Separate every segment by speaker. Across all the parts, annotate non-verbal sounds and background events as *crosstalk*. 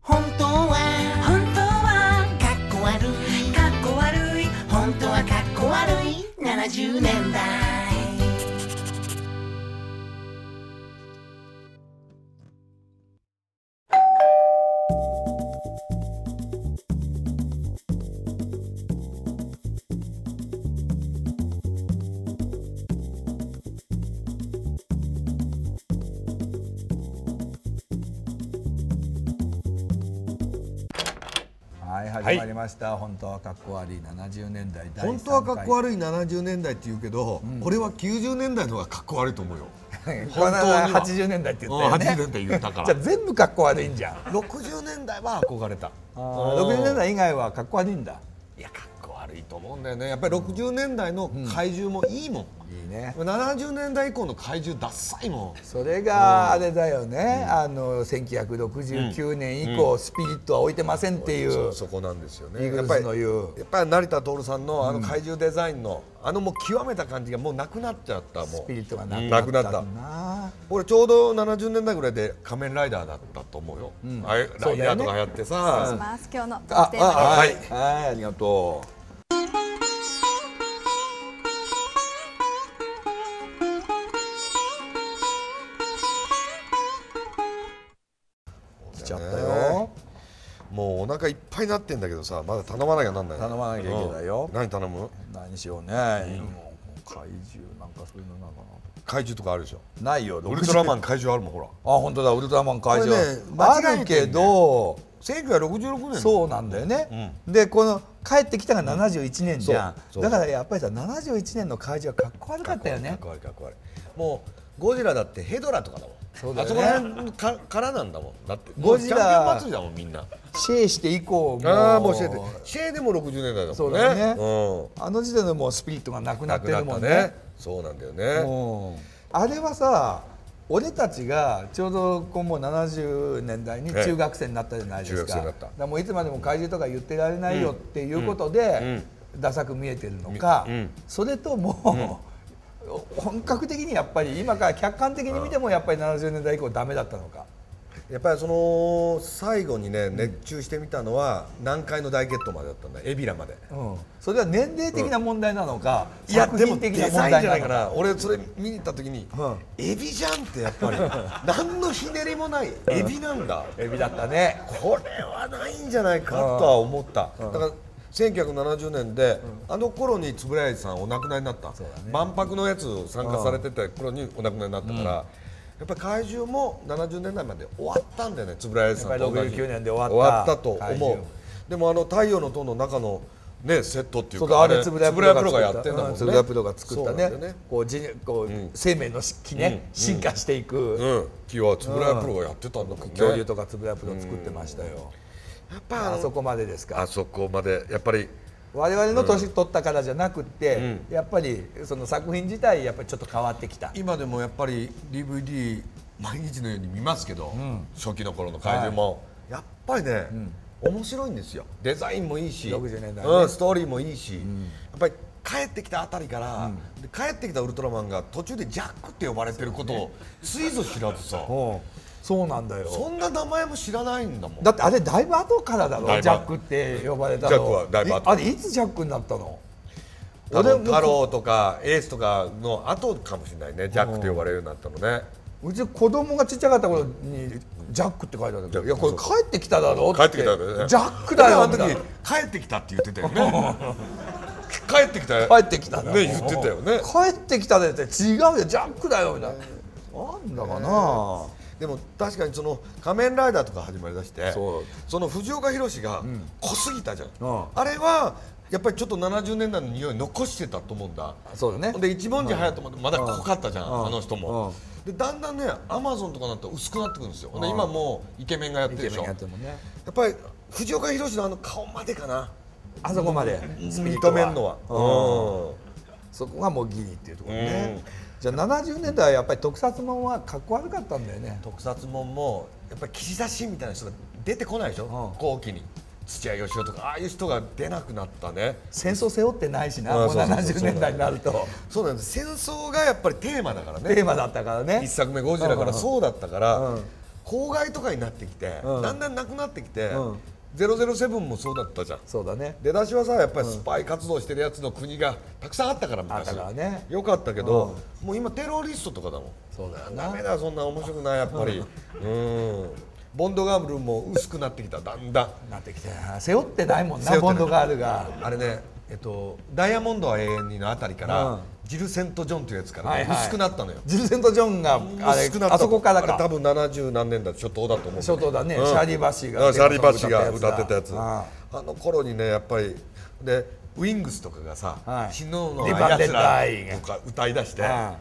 Speaker 1: 本当は
Speaker 2: 本当は
Speaker 1: かっこ悪い
Speaker 2: かっこ悪い
Speaker 1: 本当はかっこ悪い70年代
Speaker 3: はい始まりました、本当はかっこ悪い70年代第3回
Speaker 4: 本当はかっこ悪い70年代って言うけど、これは90年代の方がかっこ悪いと思うよ。
Speaker 3: い
Speaker 4: 本当には
Speaker 3: 80年代って言ったよね
Speaker 4: うん80年代言ったから
Speaker 3: *laughs* じゃあ全部かっこ悪いんじゃん
Speaker 4: 60年代は憧れた。
Speaker 3: 60年代以外はかっこ悪いんだ
Speaker 4: いやかっこ悪いと思うんだよね。やっぱり60年代の怪獣もいいもん。
Speaker 3: いいね
Speaker 4: 70年代以降の怪獣ダッサいもん。
Speaker 3: それがあれだよね、あの1969年以降、スピリットは置いてませんっていう、
Speaker 4: そうそこなんですよね。
Speaker 3: イーグ
Speaker 4: や
Speaker 3: ル
Speaker 4: っ
Speaker 3: ス
Speaker 4: ぱり
Speaker 3: の言う
Speaker 4: やっぱり成田徹さんのあの怪獣デザインの、あのもう極めた感じがもうなくなっちゃったもう。
Speaker 3: スピリットがな
Speaker 4: な
Speaker 3: く
Speaker 4: く
Speaker 3: な
Speaker 4: な
Speaker 3: っ
Speaker 4: ったた
Speaker 3: んだな
Speaker 4: 俺ちょうど70年代ぐらいで仮面ライダーだったと思うよ、あれ
Speaker 3: そ
Speaker 4: ラ
Speaker 3: う
Speaker 4: イ
Speaker 3: だよ
Speaker 4: ダー
Speaker 3: ね
Speaker 4: とかやってさ、
Speaker 5: ます今日の
Speaker 3: あ
Speaker 5: テーマです
Speaker 3: あはい
Speaker 4: テー
Speaker 3: はいありがとう来ちゃったよ
Speaker 4: もうお腹いっぱいになってんだけどさまだ頼まなきゃなんない
Speaker 3: 頼まなきゃいけないよ
Speaker 4: うん何頼む
Speaker 3: 何しようね、もう怪獣なんかそういうのなんか
Speaker 4: 怪獣とかあるでしょ
Speaker 3: なないよ
Speaker 4: ウルトラマ
Speaker 3: ン
Speaker 4: ン怪獣あるもんほら
Speaker 3: あ本当だウルトラマン怪
Speaker 4: こ
Speaker 3: 獣、
Speaker 4: れね間違えてんだよ
Speaker 3: あるけど
Speaker 4: 1966年
Speaker 3: そうなんだよね、でこの帰ってきたが71年じゃん
Speaker 4: そう、そう
Speaker 3: だからやっぱりさ71年の怪獣はかっこ悪かったよね
Speaker 4: かっこ悪いかっこ悪いもうゴジラだってヘドラとかだもん
Speaker 3: そうだよね
Speaker 4: あそこら辺かからなんだもんだって
Speaker 3: ゴジラ
Speaker 4: もうチャンピオン祭りだもんみんな
Speaker 3: シェイして以降も
Speaker 4: ああもうシェーでシェーでも60年代だもんね
Speaker 3: そうだよね
Speaker 4: うん
Speaker 3: あの時点でもうスピリットがなくなってるもんね
Speaker 4: なくなったそうなんだよね
Speaker 3: うんあれはさ俺たちがちょうどこうもう70年代に
Speaker 4: ええ
Speaker 3: 中学生になったじゃないですか,、
Speaker 4: 中学生になった
Speaker 3: だからもういつまでも怪獣とか言ってられないよっていうことで、ダサく見えてるのか、
Speaker 4: うん
Speaker 3: それとも、本格的にやっぱり今から客観的に見てもやっぱり70年代以降ダメだったのか。
Speaker 4: やっぱりその最後にね熱中してみたのは南海の大決闘までだったんだよ海老名まで
Speaker 3: うんそれは年齢的な問題なのか、
Speaker 4: いや
Speaker 3: 作
Speaker 4: でも
Speaker 3: 品
Speaker 4: デ
Speaker 3: 的な問
Speaker 4: ザイン
Speaker 3: 題
Speaker 4: じゃ
Speaker 3: な
Speaker 4: ない
Speaker 3: の
Speaker 4: か
Speaker 3: か
Speaker 4: な俺それ見に行った時に、
Speaker 3: うん
Speaker 4: エビじゃんってやっぱり何のひねりもないエビなんだ
Speaker 3: エビだったね
Speaker 4: これはないんじゃないかとは思った、だから1970年で、あの頃に円谷さんお亡くなりになった、万博のやつを参加されてた頃にお亡くなりになったから、やっぱり怪獣も70年代まで終わったんだよね円谷さんと同
Speaker 3: やっぱり
Speaker 4: じ
Speaker 3: 69年で終
Speaker 4: 終
Speaker 3: わ
Speaker 4: わ
Speaker 3: っ
Speaker 4: ったたと
Speaker 3: 怪
Speaker 4: 思う
Speaker 3: 獣
Speaker 4: でもあの「太陽の塔」の中のねセットってい
Speaker 3: そううだ
Speaker 4: か
Speaker 3: あれ
Speaker 4: 円
Speaker 3: 円
Speaker 4: 谷
Speaker 3: 谷
Speaker 4: プ
Speaker 3: プ
Speaker 4: ロ
Speaker 3: ロ
Speaker 4: が
Speaker 3: が
Speaker 4: や
Speaker 3: や
Speaker 4: っ
Speaker 3: ってて
Speaker 4: ん
Speaker 3: ん
Speaker 4: だも
Speaker 3: だ
Speaker 4: ん
Speaker 3: もんね。
Speaker 4: ね
Speaker 3: 円谷プロが作った
Speaker 4: そうなんだ
Speaker 3: ね
Speaker 4: よね
Speaker 3: こうじこう、生命の式ね、進化していく、
Speaker 4: うん、木は円谷プロがやってたんだもんね
Speaker 3: 恐竜とか円谷プロ作ってましたよ。
Speaker 4: やっぱ
Speaker 3: あ
Speaker 4: あ
Speaker 3: そ
Speaker 4: そ
Speaker 3: こまでですか
Speaker 4: あ。そこまでやっぱり
Speaker 3: 我々の年取ったからじゃなくて、やっぱりその作品自体やっぱりちょっと変わってきた。
Speaker 4: 今でもやっぱり DVD 毎日のように見ますけど、初期の頃の怪獣も、やっぱりね、面白いんですよデザインもいいし
Speaker 3: 60年代ね
Speaker 4: うん、ストーリーもいいし、やっぱり帰ってきたあたりから、で帰ってきたウルトラマンが途中でジャックって呼ばれてることをついぞ知ら *laughs* ずさ、
Speaker 3: うんそうなんだよ。
Speaker 4: そんな名前も知らないんだもん
Speaker 3: だってあれだいぶ後からだろ
Speaker 4: だいぶ
Speaker 3: ジャックって呼ばれたの
Speaker 4: ジャックはだいぶ後
Speaker 3: あれいつジャックになったの
Speaker 4: 多
Speaker 3: 俺
Speaker 4: 分
Speaker 3: も
Speaker 4: 太郎とかエースとかの後かもしれないねジャックって呼ばれるようになったのね、
Speaker 3: うち子供がちっちゃかった頃にジャックって書いてあったけどいやこれ帰ってきただろ
Speaker 4: 帰ってきたんだよね
Speaker 3: ジャックだよ
Speaker 4: あの時
Speaker 3: みたいな
Speaker 4: 帰ってきたって言ってたよね帰ってきたよ
Speaker 3: 帰ってきただろ
Speaker 4: ね言ってたよね
Speaker 3: 帰ってきたでって違うよジャックだよみたいななんだかな
Speaker 4: でも確かにその仮面ライダーとか始まりだして
Speaker 3: そ
Speaker 4: そうの藤岡弘が濃すぎたじゃん、
Speaker 3: うん
Speaker 4: あれはやっぱりちょっと70年代の匂い残してたと思うんだ
Speaker 3: そうだね
Speaker 4: ほんで一文字隼人もまだ濃かったじゃん、
Speaker 3: うん
Speaker 4: あの人も、でだんだんねアマゾンとかになったら薄くなってくるんですよ、ほんで今もうイケメンがやってるでしょやっ
Speaker 3: もね
Speaker 4: ぱり藤岡弘のあの顔までかな
Speaker 3: あそこまで
Speaker 4: 認めるのは、うん
Speaker 3: そこがもうギリっていうところ
Speaker 4: う
Speaker 3: ね
Speaker 4: ん
Speaker 3: じゃあ70年代はやっぱり特撮もんはかっこ悪かったんだよね
Speaker 4: 特撮もんもやっぱり岸田新みたいな人が出てこないでしょ、
Speaker 3: うん
Speaker 4: 後期に土屋義雄とかああいう人が出なくなったね
Speaker 3: 戦争背負ってないしな
Speaker 4: あ
Speaker 3: もう
Speaker 4: そうそうそう
Speaker 3: 70年代になると
Speaker 4: そうなんです戦争がやっぱりテーマだから
Speaker 3: *laughs*
Speaker 4: ね
Speaker 3: テーマだったからね
Speaker 4: 一作目「ゴジラ」からそうだったから、
Speaker 3: うん
Speaker 4: 郊外とかになってきて、
Speaker 3: うん
Speaker 4: だんだんなくなってきて、
Speaker 3: うん
Speaker 4: 007もそうだったじゃん
Speaker 3: そうだね
Speaker 4: 出だしはさやっぱりスパイ活動してるやつの国がたくさんあったから昔
Speaker 3: あったからね
Speaker 4: よかったけど、もう今テロリストとかだもん
Speaker 3: そうだよな
Speaker 4: ダメだそんな面白くないやっぱりうんボンドガールも薄くなってきただんだん
Speaker 3: なってきて背負ってないもん
Speaker 4: 背負ってな
Speaker 3: ないボンドガールが
Speaker 4: あれね、えっと、ダイヤモンドは永遠にのあたりから、
Speaker 3: うん
Speaker 4: ジル・セント・ジョンというやつから、ね
Speaker 3: はいはい
Speaker 4: 薄くなったのよ
Speaker 3: ジルセント・ジョンがあれ
Speaker 4: 薄くなった
Speaker 3: あそこから
Speaker 4: あれ
Speaker 3: か
Speaker 4: 多分70何年だ初頭だと思う
Speaker 3: 初頭だね
Speaker 4: ん
Speaker 3: シャーリーバッシーが
Speaker 4: うんシャーリーバッシーが歌ってたやつ
Speaker 3: あ
Speaker 4: あの頃にねやっぱりでウィングスとかがさ
Speaker 3: はい
Speaker 4: 死のうの
Speaker 3: リバテッド
Speaker 4: ら
Speaker 3: アイが
Speaker 4: とか歌い出して違
Speaker 3: あ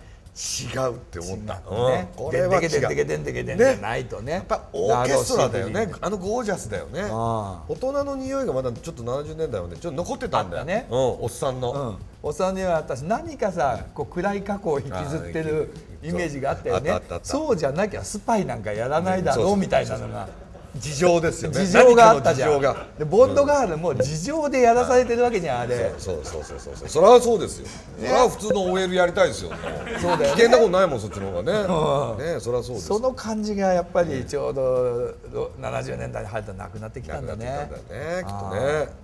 Speaker 4: うって思ったうん
Speaker 3: ね
Speaker 4: これ
Speaker 3: でん
Speaker 4: は
Speaker 3: で
Speaker 4: 違
Speaker 3: けでんでけ
Speaker 4: う
Speaker 3: でんでけでんじゃないとねやっ
Speaker 4: やっぱオーケストラだよねあのゴージャスだよね
Speaker 3: あ
Speaker 4: 大人の匂いがまだちょっと70年代はねちょっと残ってたんだ
Speaker 3: あ
Speaker 4: よ
Speaker 3: ったね
Speaker 4: うんおっさん
Speaker 3: う
Speaker 4: の
Speaker 3: ん、おっさんには私何かさこう暗い過去を引きずってる
Speaker 4: あー
Speaker 3: イメージがあったよ
Speaker 4: あ
Speaker 3: ね
Speaker 4: ったあった
Speaker 3: そうじゃなきゃスパイなんかやらないだ
Speaker 4: うん
Speaker 3: ろ
Speaker 4: そう
Speaker 3: う
Speaker 4: そう
Speaker 3: みたいなのが
Speaker 4: 事情ですよね
Speaker 3: 事情があったじゃ
Speaker 4: 何
Speaker 3: ん
Speaker 4: かの事情が
Speaker 3: でボンドガールも事情でやらされてるわけじゃんあれ
Speaker 4: そうそうそうそうそう。それはそうですよ。それは普通の OL やりたいですよ。
Speaker 3: そうだ
Speaker 4: 危
Speaker 3: よ
Speaker 4: 険
Speaker 3: ね
Speaker 4: なことないもんそっちの方がね。ねそれはそうです。
Speaker 3: その感じがやっぱりちょうどろ70年代に入ったらなくなってきた
Speaker 4: なんく
Speaker 3: だ
Speaker 4: なってき
Speaker 3: ね
Speaker 4: たんだよね。きっとね。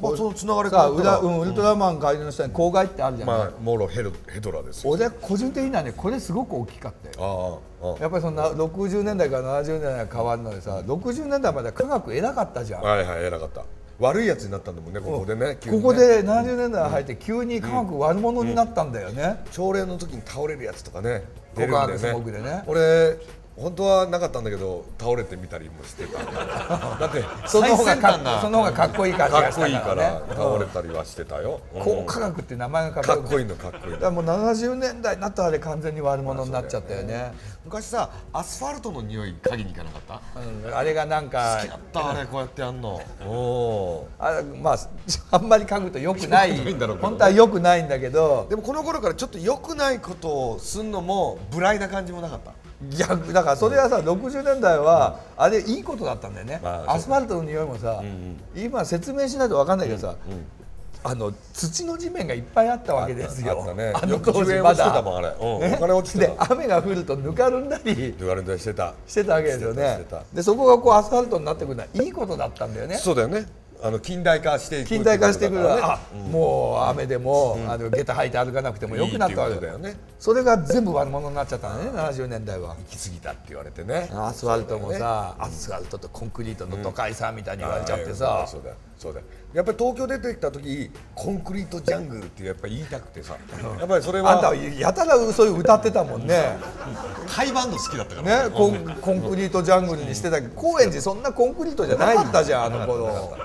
Speaker 4: まあそのつながりから
Speaker 3: さあウラうんウルトラマン改良の下に郊外ってあるじゃない、
Speaker 4: まあモロヘルヘドラですよ。
Speaker 3: 俺は個人的にはねこれすごく大きかったよ
Speaker 4: あああ
Speaker 3: やっぱりそんな60年代から70年代が変わるのでさ60年代まで科学偉かったじゃん、
Speaker 4: あ。はいはい偉かった。悪いやつになったんだもんねここでね。急に
Speaker 3: こ
Speaker 4: ね
Speaker 3: こで70年代入って急に科学悪者になったんだよね、
Speaker 4: 朝礼の時に倒れるやつとかね。出るん
Speaker 3: 僕はあの
Speaker 4: だ
Speaker 3: スモ
Speaker 4: よ
Speaker 3: ークで
Speaker 4: ね
Speaker 3: ね。
Speaker 4: 俺。本当はなかったんだけど倒れてみたりも *laughs* してただって
Speaker 3: その方が
Speaker 4: 最先
Speaker 3: か
Speaker 4: 端な
Speaker 3: その方がかっこいい感じ
Speaker 4: か
Speaker 3: が
Speaker 4: っ
Speaker 3: し
Speaker 4: こいい
Speaker 3: た
Speaker 4: か
Speaker 3: から
Speaker 4: ら
Speaker 3: ね
Speaker 4: 倒れたりはしてたよ。
Speaker 3: こう科
Speaker 4: か
Speaker 3: 学って名前がか
Speaker 4: か
Speaker 3: っ
Speaker 4: っ
Speaker 3: こいい
Speaker 4: こいいのかっこいい
Speaker 3: だか
Speaker 4: の
Speaker 3: らもう70年代になったらあれ完全に悪者になっちゃったよね
Speaker 4: 昔さアスファルトの匂い嗅ぎに行かなかった
Speaker 3: うんあれがなんか
Speaker 4: 好きだったあれこうやってやんのお
Speaker 3: あまあ *laughs* あんまり嗅ぐと良くない
Speaker 4: 良くないんだろうけど
Speaker 3: 本当は良くないんだけど
Speaker 4: でもこの頃からちょっと良くないことをすんのも無頼な感じもなかった
Speaker 3: 逆だからそれはさ60年代はあれいいことだったんだよね、
Speaker 4: まあそう
Speaker 3: アスファルトの匂いもさ、今説明しないと分かんないけどさ、あの土の地面がいっぱいあったわけですよ
Speaker 4: あったね
Speaker 3: あ
Speaker 4: よ
Speaker 3: の
Speaker 4: く
Speaker 3: 当
Speaker 4: 10
Speaker 3: 時
Speaker 4: 円
Speaker 3: ま
Speaker 4: 落ちて
Speaker 3: だ
Speaker 4: たもんあれ、うん、お金落ちて
Speaker 3: で
Speaker 4: た
Speaker 3: 雨が降るとぬかるんだり
Speaker 4: 言われたりしてた
Speaker 3: してたわけですよ
Speaker 4: して
Speaker 3: ね
Speaker 4: たして
Speaker 3: でそこがこうアスファルトになってくるのはいいことだったんだよ
Speaker 4: た
Speaker 3: ね
Speaker 4: そうだよねあの近代化していく
Speaker 3: 近代化してくる
Speaker 4: ってことだから
Speaker 3: あ
Speaker 4: ね
Speaker 3: もう雨でも、あの下駄履いて歩かなくても良くなったわ
Speaker 4: いい
Speaker 3: け
Speaker 4: って
Speaker 3: だ
Speaker 4: い
Speaker 3: よ
Speaker 4: うことだよね
Speaker 3: それが全部悪者になっちゃったんだね70年代は。
Speaker 4: 行き過ぎたって言われてね
Speaker 3: アスファルトもさ、アスファルトとコンクリートの都会さみたいに言われちゃってさ、
Speaker 4: そうだよそうだよやっぱり東京出てきた時コンクリートジャングルってやっぱり言いたくてさやっぱりそれ
Speaker 3: あんたは
Speaker 4: は
Speaker 3: やたらそういう歌ってたもんね
Speaker 4: ハイバンド好きだったか
Speaker 3: ねコンコンクリートジャングルにしてたけど高円寺そんなコンクリートじゃなかったじゃんあの頃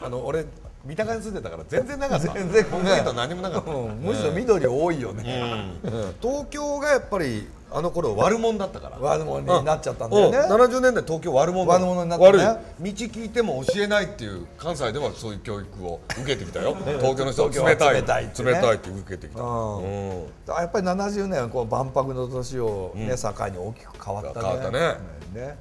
Speaker 4: あの俺三鷹に住んでたから全然なかった
Speaker 3: 全然
Speaker 4: コンクリート何もなかった、
Speaker 3: うんむしろ緑多いよね、
Speaker 4: 東京がやっぱりあの頃悪者だったから
Speaker 3: 悪者になっちゃったんだ
Speaker 4: うん
Speaker 3: よね
Speaker 4: 70年代東京悪者だ
Speaker 3: 悪者になったね
Speaker 4: 悪い道聞いても教えないっていう関西ではそういう教育を受けてきたよ東京の人は冷たい
Speaker 3: 東京は冷たいってね
Speaker 4: 冷たいって受けてきた、うん、
Speaker 3: やっぱり70年はこう万博の年を、ね境に大きく変わったね
Speaker 4: 変わったね
Speaker 3: ね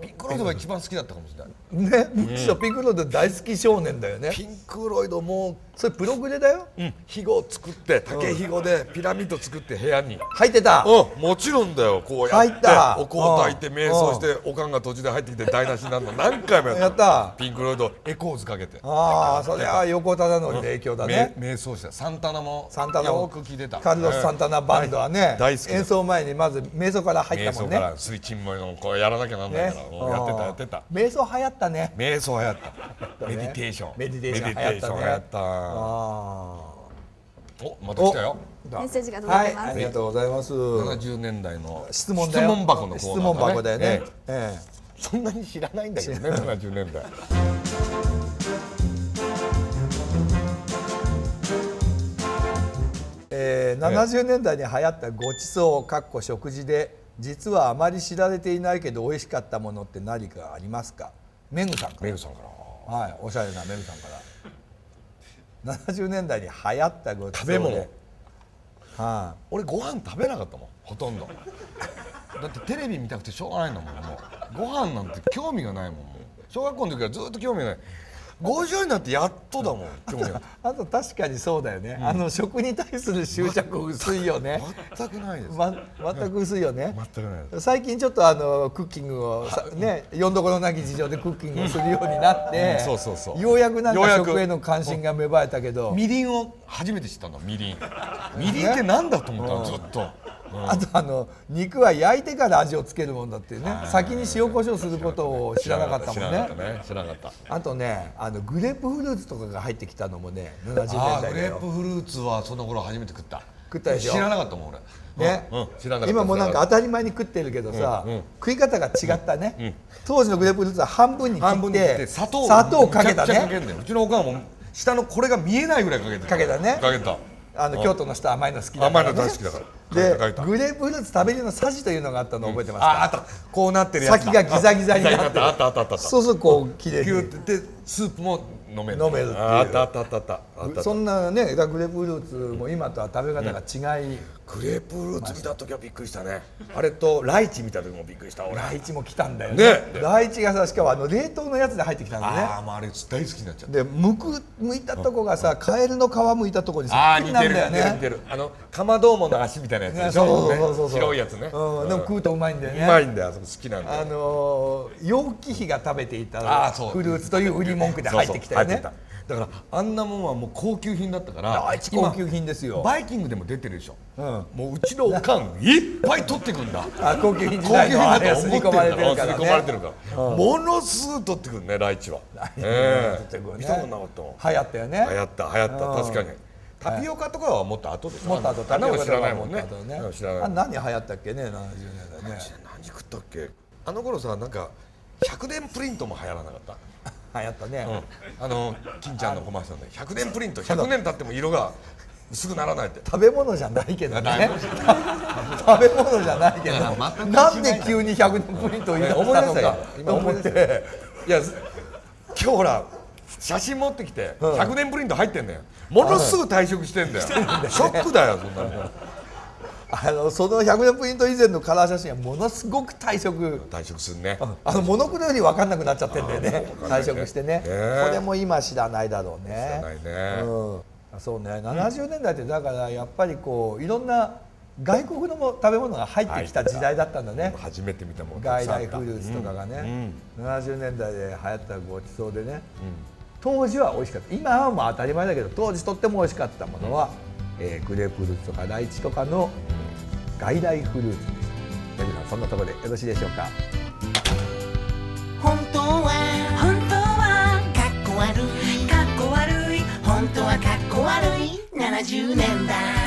Speaker 4: ピンクロードが一番好きだったかもしれない
Speaker 3: ねむしろピンクロード大好き少年だよね
Speaker 4: ピンクロイドも
Speaker 3: それプログレだよ
Speaker 4: ひごを作って竹ひごでピラミッド作って部屋に、
Speaker 3: 入ってた
Speaker 4: うん、もちろんだよこうや
Speaker 3: 入った
Speaker 4: ってお香炊いて瞑想しておかんが途中で入ってきて台無しになるの何回もや
Speaker 3: やっ
Speaker 4: っ
Speaker 3: たた
Speaker 4: ピンクロイドエコーズかけて
Speaker 3: ああそれは横忠則の影響だね、
Speaker 4: め瞑想してサンタナも
Speaker 3: サンタナ
Speaker 4: よく聞いてた
Speaker 3: カルロス・サンタナバンドはね、
Speaker 4: 大好きだ
Speaker 3: 演奏前にまず瞑想から入っ
Speaker 4: 瞑
Speaker 3: たも
Speaker 4: 想
Speaker 3: んね
Speaker 4: から水沈ものこうやらなきゃなんないから、
Speaker 3: ね
Speaker 4: もうやってたやってた
Speaker 3: 瞑想流行ったね
Speaker 4: 瞑想流行った、
Speaker 3: ね
Speaker 4: メディテーション
Speaker 3: メディテーション
Speaker 4: メディテーション
Speaker 3: 流
Speaker 4: 流行
Speaker 3: 行
Speaker 4: っ
Speaker 3: ったあ
Speaker 4: おまた来たよ
Speaker 3: あ
Speaker 2: メッセージが届いてます
Speaker 3: はい、ありがとうございます
Speaker 4: 70年代の
Speaker 3: 質問だよ
Speaker 4: 質問箱のコーナーだね
Speaker 3: 質問箱だよね、
Speaker 4: ええ
Speaker 3: ええ
Speaker 4: そんなに知らないんだけど
Speaker 3: *laughs*
Speaker 4: ね、70年代。
Speaker 3: えー70年代に流行ったごちそうかっこ食事で実はあまり知られていないけど美味しかったものって何かありますかメグさんから
Speaker 4: メグさんから。
Speaker 3: はい、おしゃれなメルさんから。70年代に流行ったごちそうで
Speaker 4: 食べ物
Speaker 3: は
Speaker 4: 俺ご飯食べなかったもん、ほとんど。だってテレビ見たくてしょうがないんだもん、もう。ご飯なんて興味がないもん、もう小学校の時からずっと興味がない。 50になってやっとだもん去年
Speaker 3: あと確かにそうだよね、あの食に対する執着薄いよね、
Speaker 4: 全くないです、
Speaker 3: ま、全く薄いよね
Speaker 4: 全くないで
Speaker 3: 最近ちょっとあのクッキングをさねよんどころなき事情でクッキングをするようになって、
Speaker 4: うんそうそうそう
Speaker 3: ようやくなん
Speaker 4: よう
Speaker 3: か
Speaker 4: やく
Speaker 3: 食への関心が芽生えたけど、
Speaker 4: みりんを初めて知ったのみりんみりんってなんだと思ったのずっと、
Speaker 3: あとあの肉は焼いてから味をつけるもんだってね先に塩コショウすることを知らなかったもん
Speaker 4: 知ら
Speaker 3: ね
Speaker 4: なかったね知らなかった
Speaker 3: あとねあのグレープフルーツとかが入ってきたのもね70年
Speaker 4: あー
Speaker 3: 代
Speaker 4: グ
Speaker 3: だ
Speaker 4: レー
Speaker 3: よ
Speaker 4: プフルーツはその頃初めて食った
Speaker 3: 食ったでしょ
Speaker 4: 知らなかったもん俺
Speaker 3: ね、
Speaker 4: うんうん知らなかった
Speaker 3: 今もうなんか当たり前に食ってるけどさ、
Speaker 4: うんうん
Speaker 3: 食い方が違ったね、当時のグレープフルーツは半分に切
Speaker 4: 半分
Speaker 3: っ
Speaker 4: に切ってて砂糖
Speaker 3: をかけた
Speaker 4: めちゃくちゃかけ
Speaker 3: ね
Speaker 4: んだようちのおかんも下のこれが見えないぐらいかけて
Speaker 3: かけたね
Speaker 4: かけた
Speaker 3: あの京都の人は甘いの好きだか
Speaker 4: 甘い
Speaker 3: ら、ね、
Speaker 4: の大好きだから
Speaker 3: で
Speaker 4: かけたかけ
Speaker 3: グレープフルーツ食べるのさじというのがあったの覚えてます
Speaker 4: たああ
Speaker 3: か、
Speaker 4: ったこうなってるやつだ
Speaker 3: 先がギザギザになってる
Speaker 4: あったあったあったあった
Speaker 3: そうするとこう切れ
Speaker 4: ギ
Speaker 3: る
Speaker 4: ューってでスープも飲める
Speaker 3: 飲めるっていう
Speaker 4: あったあったあったあったあった
Speaker 3: そんなねだからグレープフルーツも今とは食べ方が違い、
Speaker 4: グレープフルーツ見た時はびっくりしたねあれとライチ見た時もびっくりした俺
Speaker 3: ライチも来たんだよ
Speaker 4: ね
Speaker 3: ねライチがさしかもあの冷凍のやつで入ってきたん
Speaker 4: あ
Speaker 3: だ
Speaker 4: あもうあれ大好きになっちゃった
Speaker 3: ねでむくむいたとこがさカエルの皮むいたとこにそ
Speaker 4: あ
Speaker 3: っ
Speaker 4: あー
Speaker 3: くり
Speaker 4: 似
Speaker 3: なん
Speaker 4: てる
Speaker 3: だよ
Speaker 4: 似てる似
Speaker 3: ね
Speaker 4: てるあのカマドーモの足みたいなやつでしょ
Speaker 3: ねそうそうそうそう
Speaker 4: ね白いやつね
Speaker 3: うん、でも食うとうまいんだよ
Speaker 4: う
Speaker 3: ね
Speaker 4: まいんだよあそこ好きなんだ
Speaker 3: あ
Speaker 4: よ
Speaker 3: のー楊貴妃が食べていた
Speaker 4: あーそう
Speaker 3: フルーツという売り文句で入ってきたよね
Speaker 4: そうそう入ってきただからあんなもんはもう高級品だったから
Speaker 3: ライチ高級品ですよ
Speaker 4: 今バイキングでも出てるでしょ、うんもううちのおかんいっぱい取ってくんだ
Speaker 3: あ高級品時
Speaker 4: 高級
Speaker 3: 代
Speaker 4: 品
Speaker 3: のあ
Speaker 4: だと
Speaker 3: れ
Speaker 4: 思
Speaker 3: が刷り
Speaker 4: ってる
Speaker 3: 込まれてるから
Speaker 4: 刷り込まれて
Speaker 3: ね *laughs*
Speaker 4: るからものすごい取ってくる *laughs* ねライチはええ見たことなかったもん
Speaker 3: 流行ったよね
Speaker 4: 流行った流行った確かにタピオカとかはもっと後でしょ
Speaker 3: もっと後
Speaker 4: あの知らないもんねうん知らないも
Speaker 3: あ
Speaker 4: ん
Speaker 3: 何流行ったっけね70年代ね
Speaker 4: 何食ったっけあの頃さなんか100年プリントも流行らなかっ
Speaker 3: 流
Speaker 4: た
Speaker 3: 行ったね、
Speaker 4: あの金ちゃんのコマーシャルで100年プリント100年経っても色が薄くならないって
Speaker 3: 食べ物じゃないけど
Speaker 4: だい
Speaker 3: ね
Speaker 4: ぶ
Speaker 3: 食べ物じゃないけど
Speaker 4: 全く
Speaker 3: なんで急に100年プリントを言い出したのか
Speaker 4: 今
Speaker 3: と
Speaker 4: 思
Speaker 3: 思
Speaker 4: っ
Speaker 3: ってて
Speaker 4: いやす今日ほら写真持ってきて100年プリント入ってんだよものすぐ退職してんだよショックだよそんなの
Speaker 3: あのその100年プリント以前のカラー写真はものすごく退色
Speaker 4: 退職するね
Speaker 3: あのモノクロより分かんなくなっちゃってんだよね
Speaker 4: あー
Speaker 3: 退色してね
Speaker 4: ねえ
Speaker 3: これも今知らないだろうね
Speaker 4: 知らないね
Speaker 3: うんあ、そうね70年代ってだからやっぱりこういろんな外国のも食べ物が入ってきた時代だったんだね
Speaker 4: 初めて見たもん
Speaker 3: 外来フルーツとかがね、70年代で流行ったごちそうでね、当時は美味しかった今はもう当たり前だけど当時とっても美味しかったものは、えーグレープフルーツとかライチとかの外来フルーツでした皆さんそんなところでよろしいでしょうか
Speaker 1: 本当は
Speaker 2: 本当は
Speaker 1: かっこ悪い
Speaker 2: かっこ悪い
Speaker 1: 本当はかっこ悪い70年代